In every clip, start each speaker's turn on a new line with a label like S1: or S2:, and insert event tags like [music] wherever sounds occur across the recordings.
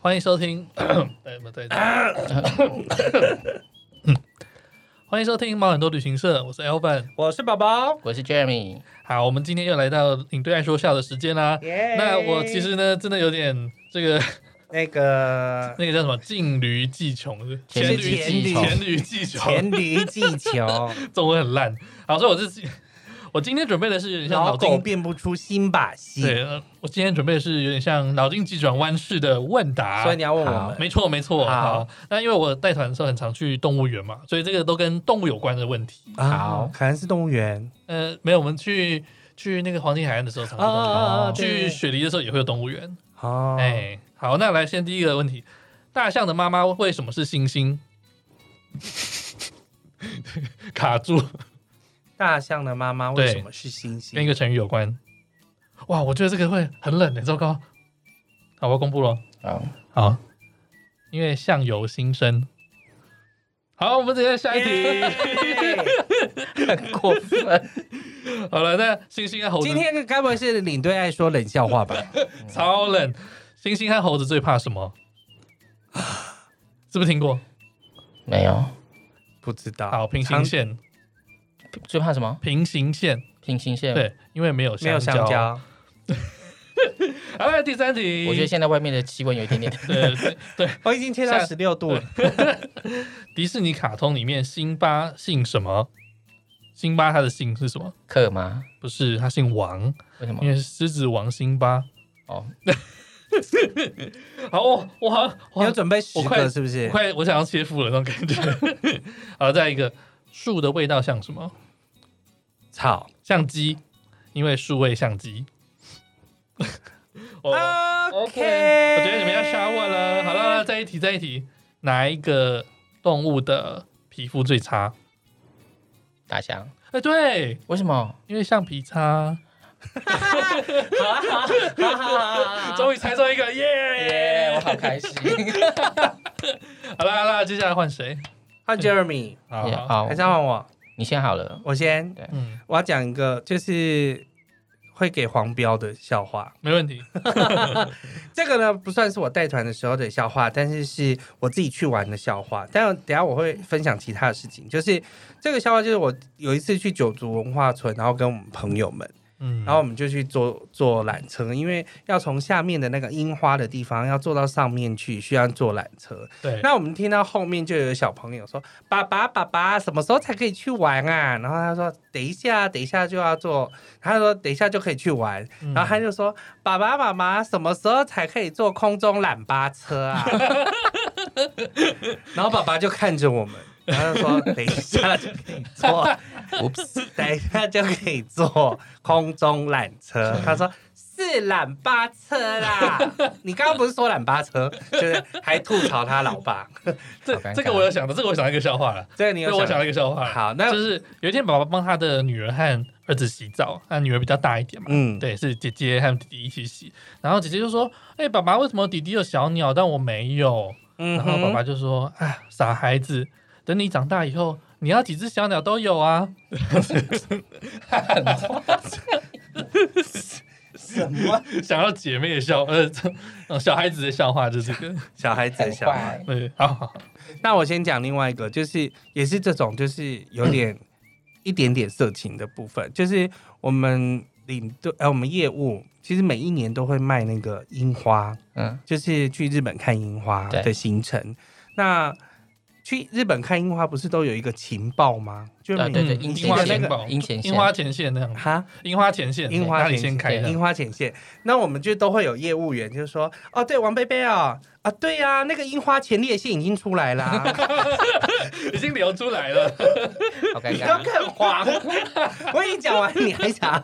S1: 欢迎收
S2: [coughs]
S1: 听，对不对？ [coughs] 嗯欢迎收听猫很多旅行社，我是 Elvin。
S2: 我是宝宝。
S3: 我是 Jeremy，
S1: 好，我们今天又来到领队爱说笑的时间啦。那我其实呢，真的有点这个 [laughs]
S2: 那个
S1: 那个叫什么“黔驴技穷”是
S3: 黔
S1: 黔
S3: 驴
S1: 驴
S2: 技
S1: 技
S2: 穷
S1: 黔驴技穷，
S2: 黔驴技
S1: [laughs]
S2: 穷，
S1: 中文很烂。好，所以我自己，我今天准备的是有点像
S2: 老
S1: 脑
S2: 狗
S1: 筋，
S2: 变不出新把戏。
S1: 对，呃我今天准备的是有点像脑筋急转弯式的问答。
S2: 所以你要问我
S3: 好
S2: 们，
S1: 没错，没错。
S2: 好
S1: 好，那因为我带团的时候很常去动物园嘛，所以这个都跟动物有关的问题。
S2: 啊
S3: 好
S2: 可能是动物园
S1: 呃，没有，我们去去那个黄金海岸的时候常去动物园，
S3: 啊
S2: 对对
S1: 去
S2: 对
S1: 雪梨的时候也会有动物园。
S2: 哦，
S1: 哎，好，那来先第一个问题：大象的妈妈为什么是星星？ [laughs] 卡住，
S2: 大象的妈妈为什么是星
S1: 跟一
S2: 星？
S1: 个成语有关。哇，我觉得这个会很冷的、糟糕！好，我要公布了。
S3: 好，
S1: 好，因为相由心生。好，我们直接下一 [laughs] 题。
S2: 耶
S3: 很过分，
S1: 好了，那星星和猴子
S2: 今天该不会是领队爱说冷笑话吧？
S1: 超冷。猩猩和猴子最怕什么？是不是听过？
S3: 没有，
S2: 不知道，
S1: 好，平行线，
S3: 最怕什么？
S1: 平行线，
S3: 平行线。，
S1: 对，因为没有
S2: 没有
S1: 香
S2: 香蕉，
S1: 好，来第三题，呃
S3: 我觉得现在外面的气温有一点
S1: [laughs]
S3: 点。
S1: 对对对，
S2: 我已经贴到
S1: 像
S2: 十六度了。
S1: 迪士尼卡通里面辛巴姓什么？辛巴他的姓是什么？
S3: 克吗？
S1: 不是，他姓王，
S3: 为什么
S1: 因？为是狮子王辛巴。
S3: 哦，
S1: [laughs] 好，我我好像我好
S2: 你有
S1: 像
S2: 准备十
S1: 我快
S2: 个是不
S1: 我
S2: 是？
S1: 快我想要切腹了那种感觉。好，再一个，树的味道像什么？
S2: 草
S1: 相机，因为数位相机。我、
S2: OK，
S1: 哦我觉得你们要杀我了。好了，再一题，再一题，哪一个动物的皮肤最差？
S3: 大象？
S1: 哎、对，
S3: 为什么？
S1: 因为橡皮擦。 [laughs]
S3: 耶！
S1: 终于猜中一个，耶、
S3: 我好开心。
S1: 好啦好啦，接下来换谁？
S2: 换 Jeremy，
S1: 好，
S3: 也
S1: 好
S3: 好
S2: 还，是要换我？
S3: 你先好了。
S2: 我先，
S1: 嗯，
S2: 我要讲一个就是会给黄标的笑话。
S1: 没问题。
S2: 这个呢不算是我带团的时候的笑话，但是是我自己去玩的笑话。但等一下我会分享其他的事情。就是这个笑话，就是我有一次去九族文化村，然后跟我们朋友们，
S1: 嗯，
S2: 然后我们就去坐坐缆车，因为要从下面的那个樱花的地方要坐到上面去，需要坐缆车。
S1: 对，
S2: 那我们听到后面就有小朋友说：“爸爸，爸爸，什么时候才可以去玩啊？”然后他说：“等一下，等一下就要做。”他说：“等一下就可以去玩。”
S1: 嗯
S2: 然后他就说：“爸爸妈妈什么时候才可以坐空中缆巴车
S1: [laughs]
S2: 啊？”然后爸爸就看着我们，然后就说：“等一下就可以
S1: [laughs]
S2: 坐，
S3: Oops
S2: 等一下就可以坐空中缆车。”他说。是缆巴车
S1: [laughs]
S2: 啦！你刚刚不是说缆巴车，就是还吐槽他老爸。
S1: 这
S3: 好尴尬
S1: 这个我有想到，这个我想到一个笑话了。
S2: 这个你
S1: 这
S2: 有
S1: 个我
S2: 想
S1: 想到一个笑话了，
S2: 好，那
S1: 就是有一天爸爸帮他的女儿和儿子洗澡，那女儿比较大一点嘛，
S2: 嗯，
S1: 对，是姐姐和弟弟一起洗。然后姐姐就说：“哎、爸爸，为什么弟弟有小鸟，但我没有？”
S2: 嗯
S1: 然
S2: 哼
S1: 后爸爸就说：“哎，傻孩子，等你长大以后，你要几只小鸟都有啊。
S2: 什么”
S1: [laughs] 想要姐妹的笑，呃， [laughs] 这小孩子的笑话就是这个。
S2: 小孩子
S3: 很
S2: 小孩？
S3: 坏，
S1: [laughs] 对，好好好，
S2: 那我先讲另外一个，就是也是这种，就是有点一点点色情的部分，就是我们领队呃，我们业务其实每一年都会卖那个樱花，
S3: 嗯，
S2: 就是去日本看樱花
S3: 对
S2: 的行程。那去日本看樱花不是都有一个情报吗？就
S3: 啊
S2: 是
S3: 对
S2: 每
S3: 对，
S1: 嗯
S3: 樱
S1: 樱花
S3: 前
S2: 那
S1: 情
S2: 个
S1: 报、
S3: 线，樱前线
S1: 樱，花前线那样，
S2: 哈，
S1: 樱花前线，
S2: 樱花
S1: 哪里
S2: 前线
S1: 先开的？
S2: 樱花前线。那我们就都会有业务员，就是说，哦，对，王贝贝啊，啊，对呀、那个樱花前列腺已经出来啦、
S1: 已经流出来了。
S3: 好尴
S2: 你都
S3: 尬。 [laughs]
S2: 更黄。我已经讲完，你还想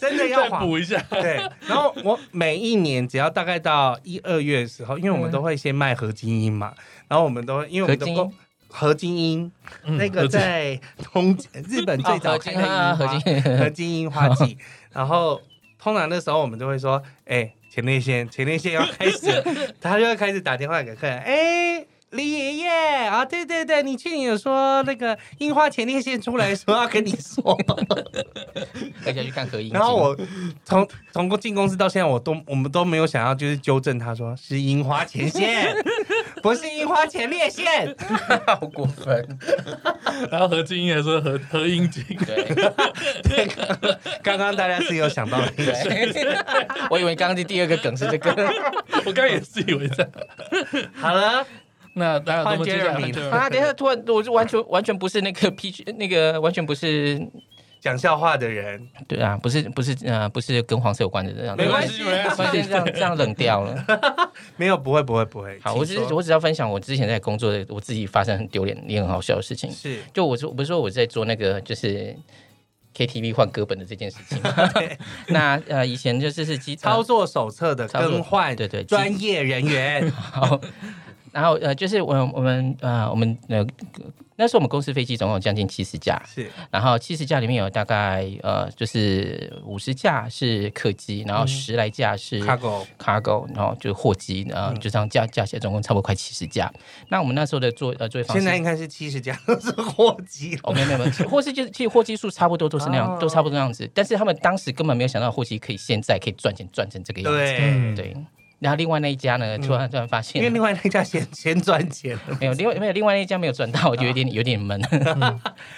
S2: 真的要
S1: 再
S2: 黄？
S1: 补一 [laughs] 下，
S2: 对。然后我每一年只要大概到一二月的时候，因为我们
S3: 嗯
S2: 都会先卖合金樱嘛，然后我们都会，因为我们都
S3: 合金
S2: 够。合金樱，
S1: 嗯
S2: 那个 [laughs] 在东日本最早
S3: 合
S2: 开
S3: 金
S2: 的樱花，
S3: 啊，合金， [laughs]
S2: 合金樱花季。然后通常那时候我们就会说，哎、前列腺，前列腺要开始了，他就会开始打电话给客人，哎、李爷爷啊，对对对，你去你有说那个樱花前列腺出来的时候要跟你 [laughs] 说，
S3: 大家去看合影。
S2: 然后我从从进公司到现在，我都我们都没有想要就是纠正他说是樱花前线，不是樱花前列 [laughs] 腺。
S3: 好过分，
S1: 然后何静也说何何英静，
S3: 对
S2: [laughs] 刚刚大家是有想到的一些，
S3: 对， [laughs] 我以为刚刚的第二个梗是这个，
S1: [laughs] 我刚也是以为这样。
S2: 好了，
S1: 那大家有那么接下来哎
S2: 换 Jeremy
S1: 换
S3: [laughs] 啊，等一下，突然我就完全完全不是那个 PG，那个完全不是，
S2: 讲笑话的人，
S3: 对啊，不是不是呃，不是跟黄色有关的这样，
S2: 没关
S1: 系
S3: [laughs]
S1: 没关系
S3: 突然间这样这样冷
S2: [laughs]
S3: 掉了。
S2: 没有不会不会不会。
S3: 好，我只
S2: 请
S3: 是
S2: 说
S3: 我只要分享我之前在工作的我自己发生很丢脸也很好笑的事情。
S2: 是
S3: 就我说，我不是说我在做那个就是 KTV 换歌本的这件事情吗？
S2: [laughs]
S3: [laughs] 那呃，以前就是是机呃
S2: 操作手册的更换，
S3: 对对
S2: 专业人
S3: [laughs]
S2: 员
S3: 好，然后呃，就是我我们呃我们呃那时候我们公司飞机总共有将近七十架，
S2: 是
S3: 然后七十架里面有大概呃就是五十架是客机，
S2: 嗯
S3: 然后十来架是
S2: cargo，
S3: cargo，然后就是货机，然
S2: 嗯
S3: 后就这样加加起来总共差不多快七十架。那我们那时候的做呃作业方
S2: 现
S3: 式
S2: 在应该是七十家都是货机了。
S3: 哦，没有没有没有， [laughs] 其实货机就是其实货机数差不多都是那样，
S2: 哦
S3: 都差不多那样子。但是他们当时根本没有想到货机可以现在可以赚钱赚成这个样子。
S2: 对，
S1: 嗯
S3: 对。然后另外那一家呢，突然突然发
S2: 因为
S3: 现
S2: 另外那家先先赚钱了。
S3: 没有，另外没有另外那一家没有赚到，我就有点有点闷。 [laughs]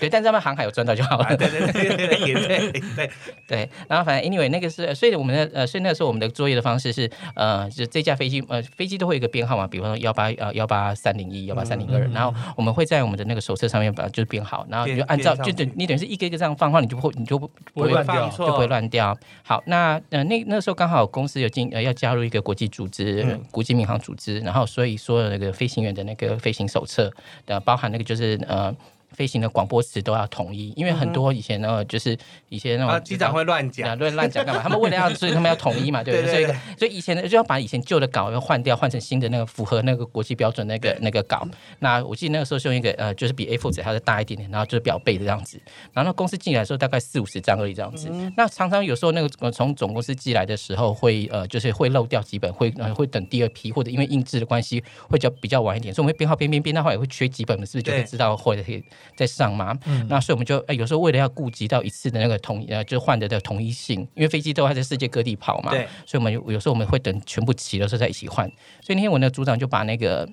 S3: 对，但是他们航海有赚到就好
S2: 啊
S3: 了。
S2: 对对对对对对对对，
S3: 对，然后反正 anyway 那个是，所以我们的呃，所以那个时候我们的作业的方式是，呃，就这架飞机呃，飞机都会有一个编号嘛，比方说幺八呃幺八三零一、幺八三零二，然后我们会在我们的那个手册上面把就是编好，然后你就
S2: 编
S3: 按照
S2: 编上
S3: 就等
S2: 去
S3: 你等于是一个一个这样放的话，你就不会你就不
S1: 不会乱掉
S2: 放错
S3: 就不会乱掉。好，那呃那那时候刚好公司有进呃要加入一个国际组织，呃
S2: 嗯
S3: 国际民航组织，然后所以所有那个飞行员的那个飞行手册，呃，包含那个就是呃。飞行的广播词都要统一，因为很多以前呢，就是以前 [laughs] 那
S2: 嗯啊，
S3: 种
S2: 机长会乱讲
S3: 两，乱乱讲干嘛？他们为了要，所以他们要统一嘛，对不对？所
S2: 对对
S3: 以所以以前的就要把以前旧的稿要换掉，换成新的那个符合那个国际标准那个那个稿。那我记得那个时候是用一个呃，就是比 A4 纸还要再大一点点，然后就是表背的这样子。然后那公司进来的时候大概四五十张而已这样子。那常常有时候那个呃从总公司寄来的时候会呃就是会漏掉几本，会呃会等第二批，或者因为印制的关系会比较比较晚一点，所以我们会编号编编编，那后来会缺几本，我们是不是就会
S2: 对
S3: 知道或者可以再上嘛？
S2: 嗯
S3: 那所以我们就、哎有时候为了要顾及到一次的那个统一呃，就换的的统一性，因为飞机都还在世界各地跑嘛，
S2: 对，
S3: 所以我们有有时候我们会等全部齐的时候再一起换。所以那天我那个组长就把那个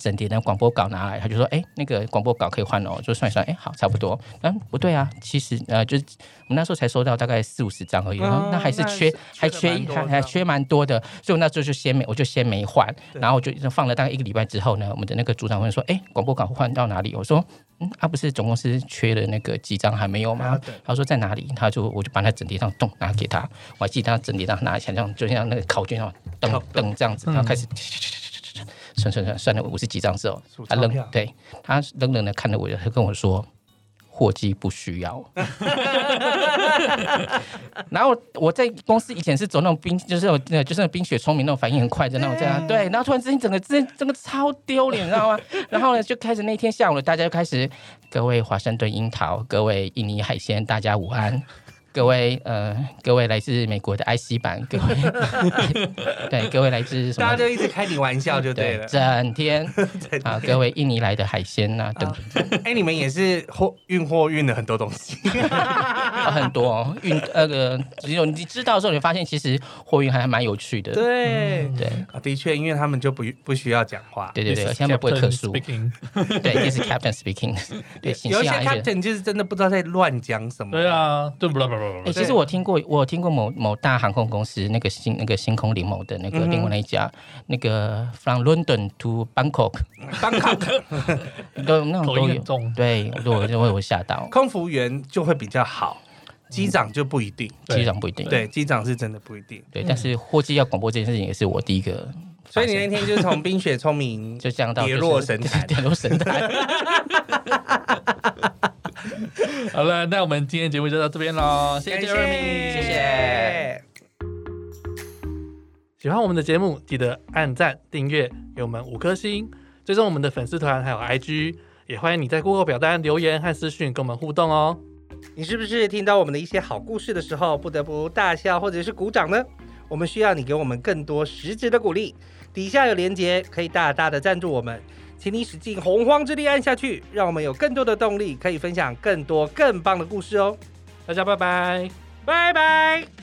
S3: 整叠的广播稿拿来，他就说：“哎、那个广播稿可以换哦。”就算一算，哎、好，差不多。嗯，不对啊，其实呃，就是我们那时候才收到大概四五十张而已，
S2: 哦
S3: 然后那还是
S2: 那
S3: 缺
S2: 是，
S3: 还
S2: 缺得
S3: 缺
S2: 蛮，多
S3: 还
S2: 的啊
S3: 还缺蛮多的。所以我那时候就先没，我就先没换，
S2: 对
S3: 然后就放了大概一个礼拜之后呢，我们的那个组长问说：“哎、广播稿换到哪里？”我说：“嗯，啊，不是总公司缺了那个几张还没有吗？”他说在哪里，他就我就把那整叠上咚拿给他，我还记得他整叠上拿起来，像就像那个考卷那样
S2: 考
S3: 噔噔这样子，然后开始算算算算了五十几张之后
S2: 数，
S3: 他
S2: 钞
S3: 愣
S2: 票
S3: 对他愣愣的看着我，他跟我说。货机不需要，然后我在公司以前是走那种冰，就是有那就是那种冰雪聪明那种反应很快的那种这样，对，然后突然之间整个真整个超丢脸，你知道吗？然后呢，就开始那天下午呢，大家就开始各位华盛顿樱桃，各位印尼海鲜，大家午安。各位呃，各位来自美国的 IC 版，各位 [laughs] 对各位来自什
S2: 大家
S3: 么？
S2: 就一直开你玩笑就对了。
S3: 整天
S2: [laughs]
S3: 啊，各位印尼来的海鲜呐、等、
S2: 哎，你们也是货运货运了很多东西，
S3: 啊很多哦运那个，只有你知道的时候，你发现其实货运还蛮有趣的。
S2: 对
S3: 对
S2: 啊的确，因为他们就不不需要讲话，
S3: 对对对，而
S1: This is
S3: 且他们不会特殊，嗯
S1: Captain speaking
S3: 对，也是 Captain speaking，对，形
S2: 有一些
S3: 象安全。
S2: captain 就是真的不知道在乱讲什么。
S1: 对啊，对不啦不啦不啦不
S3: 哎、
S1: 啦，
S3: 其实
S2: 对
S3: 我听过，我有听过某某大航空公司那个星那个星空联盟的那个
S2: 嗯哼
S3: 另外那一家，那个 from London to Bangkok，
S2: [laughs] ，Bangkok
S3: 都那种
S1: 口
S3: 都
S1: 音
S3: 有
S1: 很。重，
S3: 对，我我我有吓到，
S2: 空服员就会比较好，机长就不一定。
S1: 对
S3: 机长不一定。
S2: 对，机长是真的不一定。
S3: 对，但是货机要广播这件事情也是我第一个
S2: 所
S3: 发现，
S2: 以你那天就是从冰雪聪明
S3: [laughs] 就这样到
S2: 跌
S3: 就是
S2: 落神坛
S3: [laughs] 跌落神坛。
S1: 好了，那我们今天节目就到这边喽，谢谢 Jeremy，
S2: 谢谢。
S1: 喜欢我们的节目，记得按赞、订阅，给我们五颗星，追踪我们的粉丝团还有 IG，也欢迎你在 Google 表单留言和私讯跟我们互动哦。
S2: 你是不是听到我们的一些好故事的时候，不得不大笑或者是鼓掌呢？我们需要你给我们更多实质的鼓励。底下有连结，可以大大的赞助我们。请你使尽洪荒之力按下去，让我们有更多的动力，可以分享更多更棒的故事哦。
S1: 大家拜拜。
S2: 拜拜。